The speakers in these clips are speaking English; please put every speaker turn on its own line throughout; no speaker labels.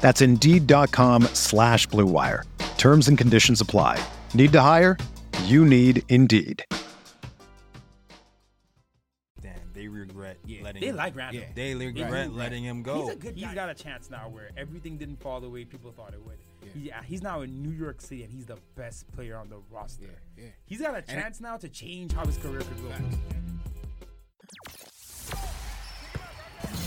That's Indeed.com slash Blue Wire. Terms and conditions apply. Need to hire? You need Indeed.
Damn, they regret
Yeah.
letting
They
him
like Randall.
Yeah, they regret
regret.
letting him go.
He's a good
He's
guy.
got a chance now where everything didn't fall the way people thought it would. Yeah, he's now in New York City and he's the best player on the roster.
Yeah, yeah.
He's got a chance now to change how his career could go.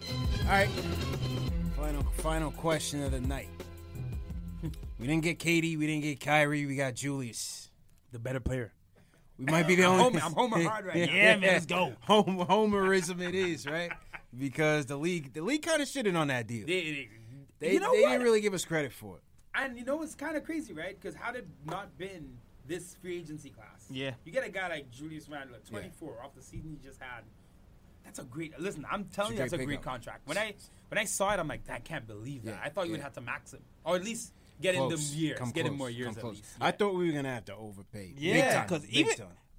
All right. Final final question of the night. We didn't get Katie. We didn't get Kyrie. We got Julius.
The better player.
We might be the only.
Homer- I'm Homer hard right now. Yeah, man, let's go.
Home, homerism it is, right? Because the league, the league kind of shitted on that deal. They,
you know
they
what?
didn't really give us credit for it.
and you know it's kind of crazy, right? Because how did not been this free agency class?
Yeah.
You get a guy like Julius Randle, at 24, off the season he just had. That's a great. Listen, I'm telling you,
It's
that's
a
a
great
great
pickup.
contract. When I when I saw it, I'm like, I can't believe that.
Yeah,
I thought you would
yeah.
have to max him, or at least get him
Close.
them years,
Come
get him
close.
more years
Come
at
close.
least.
I thought we were gonna have to overpay.
Yeah,
because
because even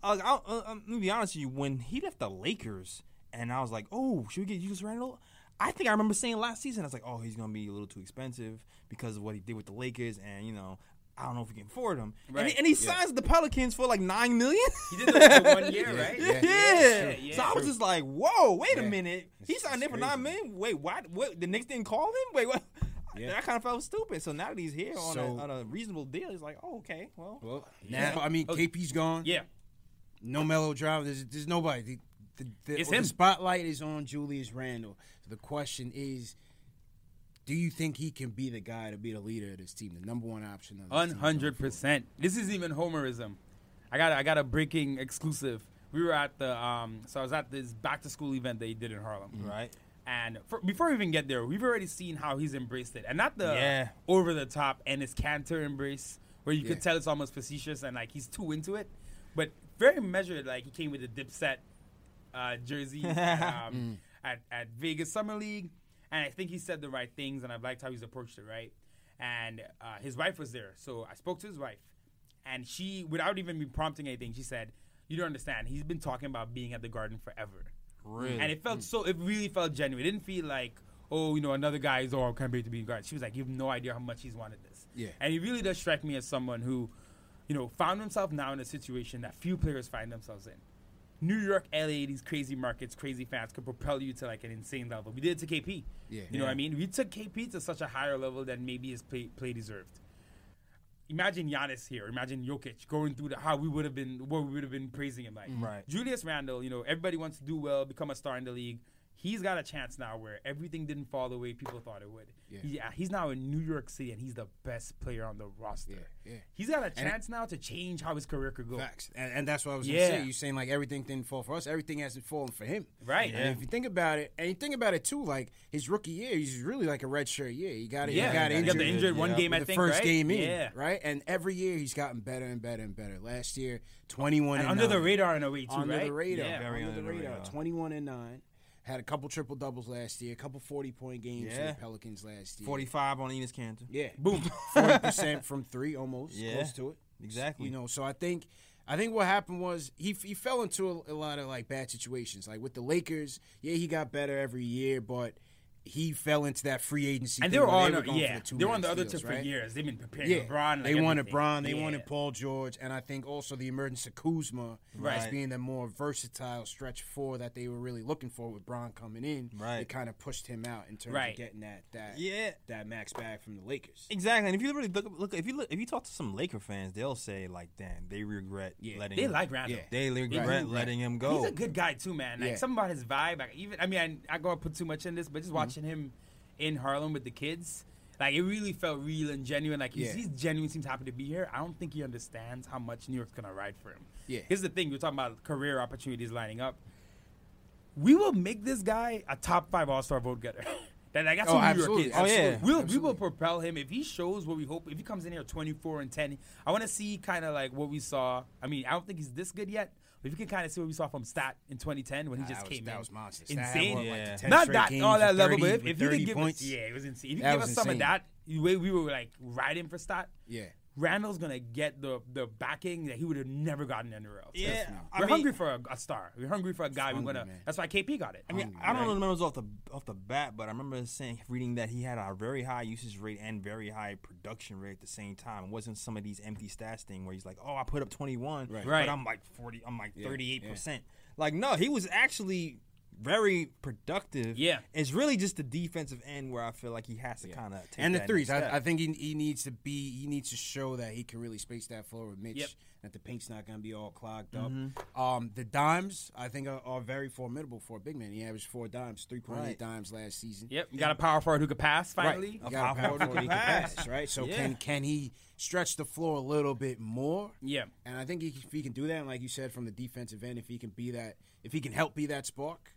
uh, I'll, uh, um, let me be honest with you, when he left the Lakers, and I was like, "Oh, should we get Julius Randle?" I think I remember saying last season, I was like, "Oh, he's gonna be a little too expensive because of what he did with the Lakers," and you know, I don't know if we can afford him. And, he,
Right.
and he signs with the Pelicans for like nine million.
He did that for one year, right?
yeah.
yeah.
yeah.
So I was just like, "Whoa, wait a minute! He
It's-
signed there
it's
for nine
crazy.
million. Wait, what? What? The Knicks didn't call him? Wait, what?"
Yeah.
I kind of felt stupid. So now that he's here on,
So-
a, on a reasonable deal, it's like, oh, okay, well,
Well, now I mean, KP's gone.
Oh, Yeah.
no melodrama. There's, there's nobody. The, the, the,
It's
the
him.
spotlight is on Julius Randle. So the question is, do you think he can be the guy to be the leader of this team, the number one option? Of this
One
team?
hundred percent. This is even Homerism. I got a, I got a breaking exclusive. We were at the um, so I was at this back to school event they did in Harlem.
right.
And for, before we even get there, we've already seen how he's embraced it, and not the
Yeah.
over the top and his canter embrace, where you
Yeah.
could tell it's almost facetious and like he's too into it, but very measured. Like he came with a dipset uh, jersey um, at at Vegas Summer League, and I think he said the right things, and I liked how he's approached it right. And uh, his wife was there, so I spoke to his wife, and she, without even me prompting anything, she said, "You don't understand. He's been talking about being at the Garden forever."
Really?
And it felt so. It really felt genuine. It didn't feel like, oh, you know, another guy is all can't wait to be in guard. She was like, you have no idea how much he's wanted this.
Yeah.
And he really does strike me as someone who, you know, found himself now in a situation that few players find themselves in. New York, LA, these crazy markets, crazy fans could propel you to like an insane level. We did it to KP.
Yeah.
You know what I mean? We took KP to such a higher level than maybe his play, play deserved imagine Giannis here, imagine Jokic going through the, how we would have been, what we would have been praising him like.
Right.
Julius Randle, you know, everybody wants to do well, become a star in the league. He's got a chance now where everything didn't fall the way people thought it would. Yeah. he's now in New York City and he's the best player on the roster.
Yeah, yeah.
He's got a chance now to change how his career could go.
Facts, and, and that's what I was
Yeah.
gonna say. You saying like everything didn't fall for us, everything hasn't fallen for him,
Right.
And if you think about it, and you think about it too, like his rookie year, he's really like a red shirt year. He got it.
Yeah,
he got
he got the injured one
yeah,
game, I
the
think,
first
right?
game in,
Yeah.
right? And every year he's gotten better and better and better. Last year, twenty one
And under the
nine.
radar in a way too,
under
right?
the radar,
Yeah.
under,
Very
the
under the
radar.
radar.
Twenty-one and nine. Had a couple triple doubles last year, a couple 40 point games for
Yeah.
the Pelicans last year.
45 on Enos Cantor.
Yeah. Boom. Forty percent from three, almost
Yeah.
close to it.
Exactly.
You know, so I think, I think what happened was he he fell into a, a lot of like bad situations. Like with the Lakers, yeah, he got better every year, but he fell into that free agency.
And
thing
they were
where
all
going
yeah,
for the
they were on
two-max
the other
deals,
tip for
right?
years. They've been preparing
Yeah,
LeBron. Like
they wanted
everything.
Braun, they
Yeah.
wanted Paul George, and I think also the emergence of Kuzma as
Right.
being the more versatile stretch four that they were really looking for with Braun coming in.
Right.
it kind of pushed him out in terms
Right.
of getting that that
Yeah.
that max bag from the Lakers.
Exactly. And if you really look, look if you look, if you talk to some Laker fans, they'll say like, "Damn, they regret
Yeah.
letting
They
him,
like Randall.
Yeah.
they regret
Right.
letting him go."
He's a good guy too, man. Like
Yeah. Mm-hmm.
something about his vibe. Like even I mean, I, I gotta put too much in this, but just watching him in Harlem with the kids, like it really felt real and genuine. Like he's,
Yeah.
he's genuine. Seems happy to be here. I don't think he understands how much New York's gonna ride for him.
Yeah.
Here's the thing: you're talking about career opportunities lining up. We will make this guy a top five All Star vote getter. That, like, that's
Oh,
who New
absolutely,
York is.
absolutely, Oh, yeah.
We'll, we will
absolutely.
propel him if he shows what we hope. If he comes in here 24 and 10, I want to see kind of like what we saw. I mean, I don't think he's this good yet, but if you can kind of see what we saw from Stat in 2010 when he just
that
came
was, that
in.
was monstrous. That had,
Insane.
what, like,
Yeah.
10
Not
straight
that
games
all
with
that level,
30
but if,
with
if you
30
could give
points,
us, yeah, it was insane. If you
That
give
was
us some of
insane.
that, the way we were like riding for Stat.
yeah.
Randall's gonna get the the backing that he would have never gotten anywhere else.
Yeah, I
we're
mean-
hungry for a, a star. We're hungry for a guy. We're
hungry,
gonna.
man.
That's why KP got it.
I mean, I don't know the numbers off the off the bat, but I remember saying reading that he had a very high usage rate and very high production rate at the same time. It wasn't some of these empty stats thing where he's like, "Oh, I put up 21,
Right.
but I'm like 40, I'm like 38 percent." Like, no, he was actually very productive.
Yeah.
it's really just the defensive end where I feel like he has to kind of take
and the
that
threes.
next
I,
step.
I think he, he needs to be. He needs to show that he can really space that floor with Mitch.
Yep.
That the paint's not going to be all clogged up. Um, the dimes, I think, are, are very formidable for a big man. He averaged four dimes, three point eight
Right.
dimes last season.
Yep, you got a power forward who could pass finally.
Right. You got a power forward who can
pass.
pass, right? So
Yeah.
can can he stretch the floor a little bit more?
Yeah.
And I think he, if he can do that, and like you said, from the defensive end, if he can be that, if he can help be that spark,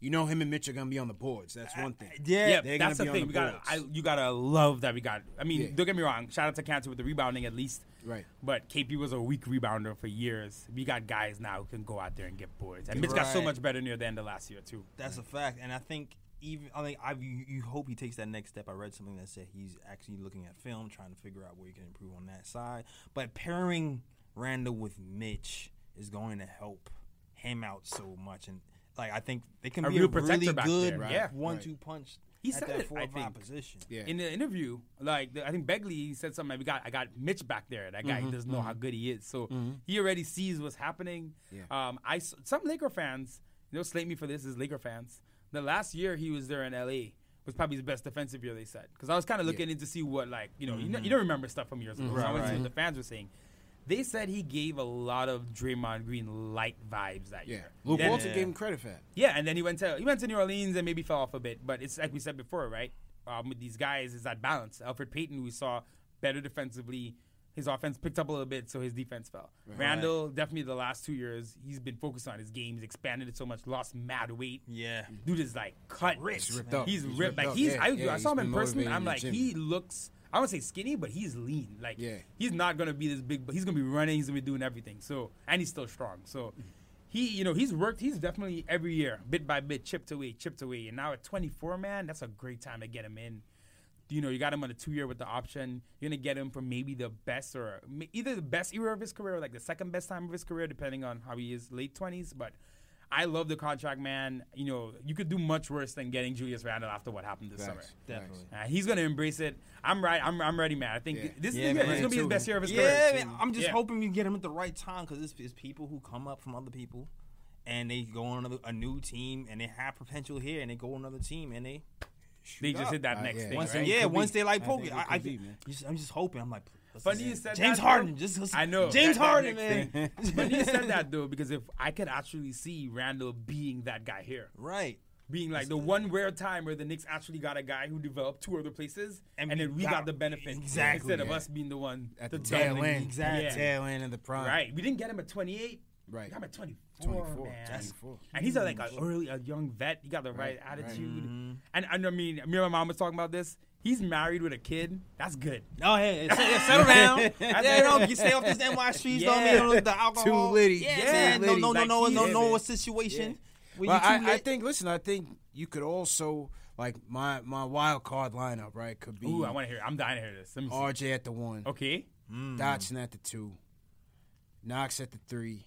you know him and Mitch are going to be on the boards. That's one thing.
yeah,
Yeah,
they're
that's the
gonna be
thing.
on
We
the
got I,
boards.
you gotta love that we got. I mean,
Yeah.
don't get me wrong. Shout out to Cantor with the rebounding at least.
Right.
But KP was a weak rebounder for years. We got guys now who can go out there and get boards. And Mitch got so
Right.
much better near the end of last year too.
That's a fact, and I think even I think I you, you hope he takes that next step. I read something that said he's actually looking at film, trying to figure out where he can improve on that side. But pairing Randall with Mitch is going to help him out so much, and like I think they can
A
be
real
a
protector
really
back
good
there, right? Yeah.
one-two punch.
He
at
said
that
it,
four
I
or five
think.
position.
Yeah.
In the interview, like the, I think Begley said something. Like, we got I got Mitch back there. That
Mm-hmm.
guy doesn't know how good he is, so he already sees what's happening. Um, I s- some Laker fans, they'll slate me for this as Laker fans. The last year he was there in LA was probably his best defensive year. They said because I was kind of looking in to see what like you know, you
Mm-hmm.
know you don't remember stuff from years ago. so I wanted to see what the fans were saying. They said he gave a lot of Draymond Green light vibes that
Yeah.
year.
Luke
Then-
Walton gave him credit for that.
yeah, and then he went to he went to New Orleans and maybe fell off a bit. But it's like we said before, right? Um, with these guys, is that balance? Alfred Payton, we saw better defensively. His offense picked up a little bit, so his defense fell. Randall, definitely the last two years, he's been focused on his game. He's expanded it so much, lost mad weight.
Yeah.
Dude is like cut. Ripped.
ripped up.
He's,
He's
ripped.
ripped
Like
up.
he's
Yeah,
I,
yeah,
I
he's
saw him
been
in person.
motivated in
I'm
the
like,
gym.
he looks I don't say skinny, but he's lean. Like
Yeah.
he's not gonna be this big, but he's gonna be running. He's gonna be doing everything. So and he's still strong. So he, you know, he's worked. He's definitely every year, bit by bit, chipped away, chipped away. And now at 24, man, that's a great time to get him in. You know, you got him on a two year with the option. You're gonna get him for maybe the best or ma- either the best era of his career or like the second best time of his career, depending on how he is late 20s. But I love the contract, man. You know, you could do much worse than getting Julius Randle after what happened this
Facts.
summer.
Definitely.
Uh, he's gonna embrace it. I'm right. I'm, I'm ready, man. I think
Yeah.
this is
Yeah,
the year.
man.
It's gonna be his best year of his
Yeah,
career.
man, I'm just
Yeah.
hoping we get him at the right time because it's, it's people who come up from other people, and they go on another, a new team and they have potential here, and they go on another team and they
They just hit that
Uh,
next
yeah.
thing.
once
right?
they, yeah
Could be.
once they like
I
poker.
think it
I, I,
could be,
think-
man.
just- I'm just hoping. I'm like let's-
Funny you
let's-
said
James
that,
Harden.
though.
Just, just-
I know
James
that's that
Harden,
next
man.
thing. but you said that though because if I could actually see Randall being that guy here,
right.
being like the one rare time where the Knicks actually got a guy who developed two other places, and,
And
then
we
we got,
got-
the benefit
Exactly,
instead of
yeah.
us being the one
At the
that's
tail
dominating.
end,
exactly.
at the tail end of the prime.
Right. We didn't get him at 28.
Right.
We got him at 24,
24,
man.
24.
And he's a, like a early, a young vet. He got the right,
Right, right.
attitude. And, and I mean, me and my mom was talking about this. He's married with a kid. That's good.
Oh hey, s- yeah, settle down. yeah, you know, you stay off this NY streets. Don't
Yeah.
mean the alcohol.
litty.
Yeah,
Too
man. No,
litty.
no, no,
Like,
no,
he
no,
is,
no,
man.
situation. Well,
But
you
I,
too
I
late-
think. Listen, I think you could also like my my wild card lineup. Right, could be
Ooh, I want to hear. I'm dying to hear this. Let me see.
RJ at the one,
Okay.
Dotson at the two, Knox at the three,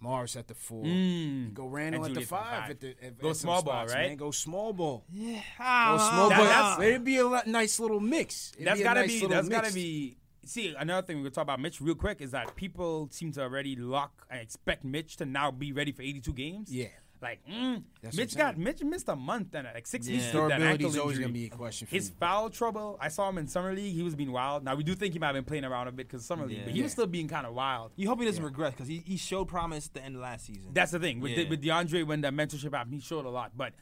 Morris at the four. You go Randall at
Hmm. And
the
Julius at the
five.
five.
At the, at,
Go
at some
small ball,
spots,
right?
Man. Go small ball.
Ah,
Go small
That-
ball.
that's-
It'd be a li- nice little mix. It'd
That's
be a
gotta
nice
be.
little
That's gotta
mix.
be. See, another thing we could talk about Mitch real quick is that people seem to already lock and expect Mitch to now be ready for 82 games.
Yeah.
Like, mm,
That's what
Mitch
I'm
got Mitch missed a month and uh, like six weeks.
Yeah.
with that
Durability's
ankle
always
injury.
gonna be a question for
His
me.
foul trouble. I saw him in summer league. He was being wild. Now we do think he might have been playing around a bit because summer league,
Yeah.
but he was still being kind of wild.
You hope he doesn't regress because he, he showed promise at the end of last season.
That's the thing with,
Yeah.
De- with DeAndre when that mentorship happened, he showed a lot, but.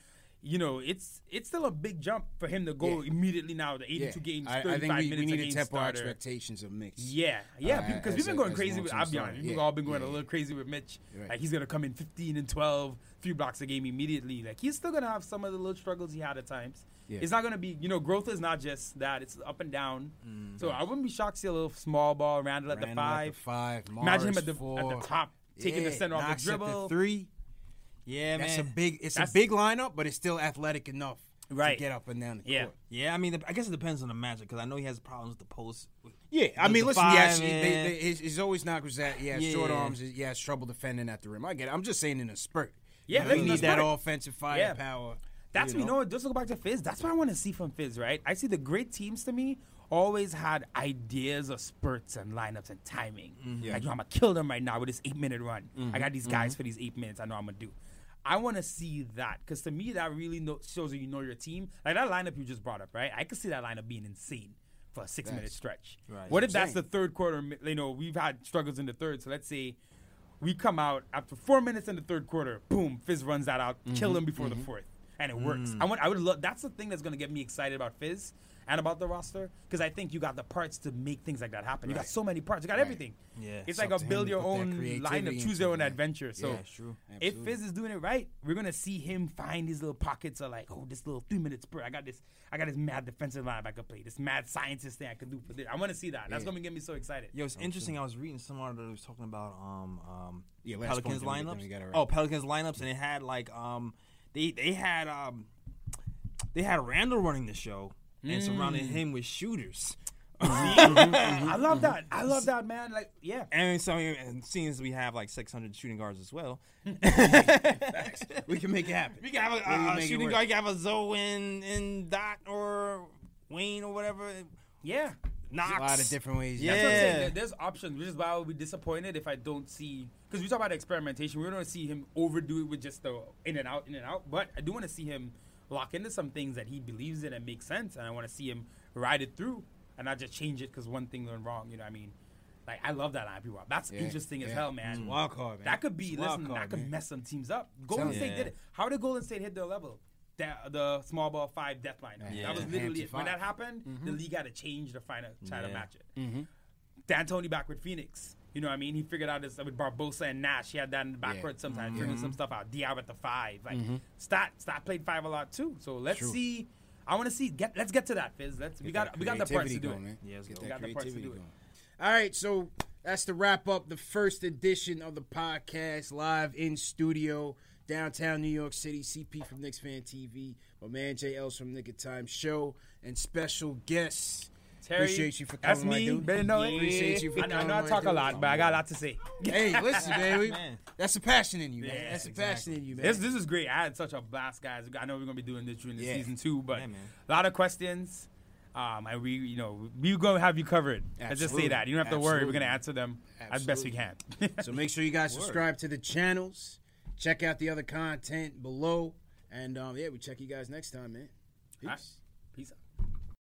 You know, it's it's still a big jump for him to go
Yeah.
immediately now to 82
Yeah.
games,
I,
35
I think we,
minutes
we need
a game
to temper our
starter.
expectations of mix.
Yeah, yeah,
Uh,
because
as
we've been
a-
going
as
crazy. With,
long-term
I'll be
starter.
honest, we've
Yeah,
all been going
yeah,
a little crazy with Mitch.
Right.
Like he's gonna come in 15 and 12, few blocks a game immediately. Like he's still gonna have some of the little struggles he had at times.
Yeah.
It's not gonna be, you know, growth is not just that. It's up and down. So I wouldn't be shocked to see a little small ball Randall at the
Mm-hmm. Randall at
five.
the five.
Imagine him
Morris
at the
four.
at the top, taking the
Yeah,
center off
Knox
the
at
dribble.
three.
yeah,
That's a
man.
big. It's
That's-
a big lineup, but it's still athletic enough
Right.
to get up and down the
Yeah.
court.
Yeah, I mean, I guess it depends on the matchup because I know he has problems with the post.
Yeah, I
He's
mean,
a
listen,
five,
yes, he- they,
man.
they, his, his always knockers at, yeah, has short
Yeah.
arms, yeah, has trouble defending at the rim. I get it. I'm just saying in a spurt. You
Yeah,
know,
listen,
you
in a
need that
spurt.
offensive
Yeah.
firepower.
That's
you
you know, it does go back to Fizz. That's what I want to see from Fizz, right? I see the great teams to me always had ideas of spurts and lineups and timing. Like, yo, I'm gonna kill them right now with this eight minute run. I got these guys for these eight minutes. I know I'm gonna do. I want to see that because to me that really know, shows that you know your team. Like that lineup you just brought up, right? I could see that lineup being insane for a six minute stretch.
Right.
What if
That's what I'm
that's the third quarter? mi- You know, we've had struggles in the third, so let's say we come out after four minutes in the third quarter. Boom, Fizz runs that out,
Mm-hmm,
kill him before the fourth, and it works.
Mm.
I want, I would love. That's the thing that's gonna get me excited about Fizz and about the roster because I think you got the parts to make things like that happen. You got so many parts. You got everything.
Yeah.
it's
It's
like
up
a
to him
build
to
your
put that
own
creativity
lineup, choose
into
your
it,
own
yeah.
adventure. So
Yeah, it's true.
if Fizz is doing it right, we're gonna see him find these little pockets of like, oh, this little three minute spurt. I got this. I got this mad defensive line I can play. This mad scientist thing I can do for this. I want to see that. That's gonna get me so excited.
Yo, it's interesting. I was reading some article that was talking about um um
Yeah, last point
Pelicans
that we- that we
lineups.
gotta wrap.
Oh, Pelicans lineups, and it had like um they they had um they had Randall running the show and surrounding
Mm.
him with shooters.
I love
Mm-hmm.
that. I love that, man. Like, yeah.
And so, and seeing as we have like 600 shooting guards as well,
we can make it happen.
we can
We can
have a, a, a
make it
shooting
work.
guard. You can have a Zoe and, and Dot or Wayne or whatever.
Yeah.
Knox.
A lot of different ways.
Yeah.
That's what I'm saying. There- There's options, which is why I'll be disappointed if I don't see. Because we talk about experimentation, we don't want to see him overdo it with just the in and out, in and out. But I do want to see him lock into some things that he believes in and makes sense, and I want to see him ride it through and not just change it because one thing went wrong. You know what I mean? Like I love that line, people. That's interesting as
yeah.
hell, man.
It's wild card, man.
That could be
It's wild
listen. that
card,
could
man.
mess some teams up. Golden
Telling
State
you.
did it. How did Golden State hit their level? That, the small ball five death line.
Yeah.
That was literally
Empty
it. when
five. Mm-hmm.
that happened. The league had to change to find a try to
Yeah.
match it. D'Antoni back with Phoenix. You know what I mean? He figured out this with Barbosa and Nash. He had that in the backcourt
Mm-hmm.
sometimes, figuring some stuff out. Diab at the five. Like Stat, Stat played five a lot too. So let's see. I want to see. Get let's get to that, Fizz. Let's we got we got the parts to do it.
Yeah, let's
Get
go.
that
We got the parts to
creativity
do it.
going. All right, so that's the wrap up the first edition of the podcast live in studio downtown New York City. CP from Knicks Fan TV, my man JL's from Nick of Time Show, and special guests.
Terry,
Appreciate you for coming,
that's
my
me.
dude.
Better know it.
Appreciate you for
I know, I
coming,
know I
my
talk a
dude.
lot, but I got a lot to say.
Hey, listen, man, we-
Man.
that's the passion in you, man.
Yeah,
that's the passion in you, man.
This this is great. I had such a blast, guys. I know we're gonna be doing this during the
Yeah.
season two, but
Yeah, man.
a lot of questions. Um, and we, you know, we gonna have you covered. Let's just say
Absolutely.
that. You don't have to worry. We're gonna
Absolutely.
answer them as best we can.
So make sure you guys subscribe to the channels. Check out the other content below. And um, yeah, we check you guys next time, man. Peace.
All right. Peace out.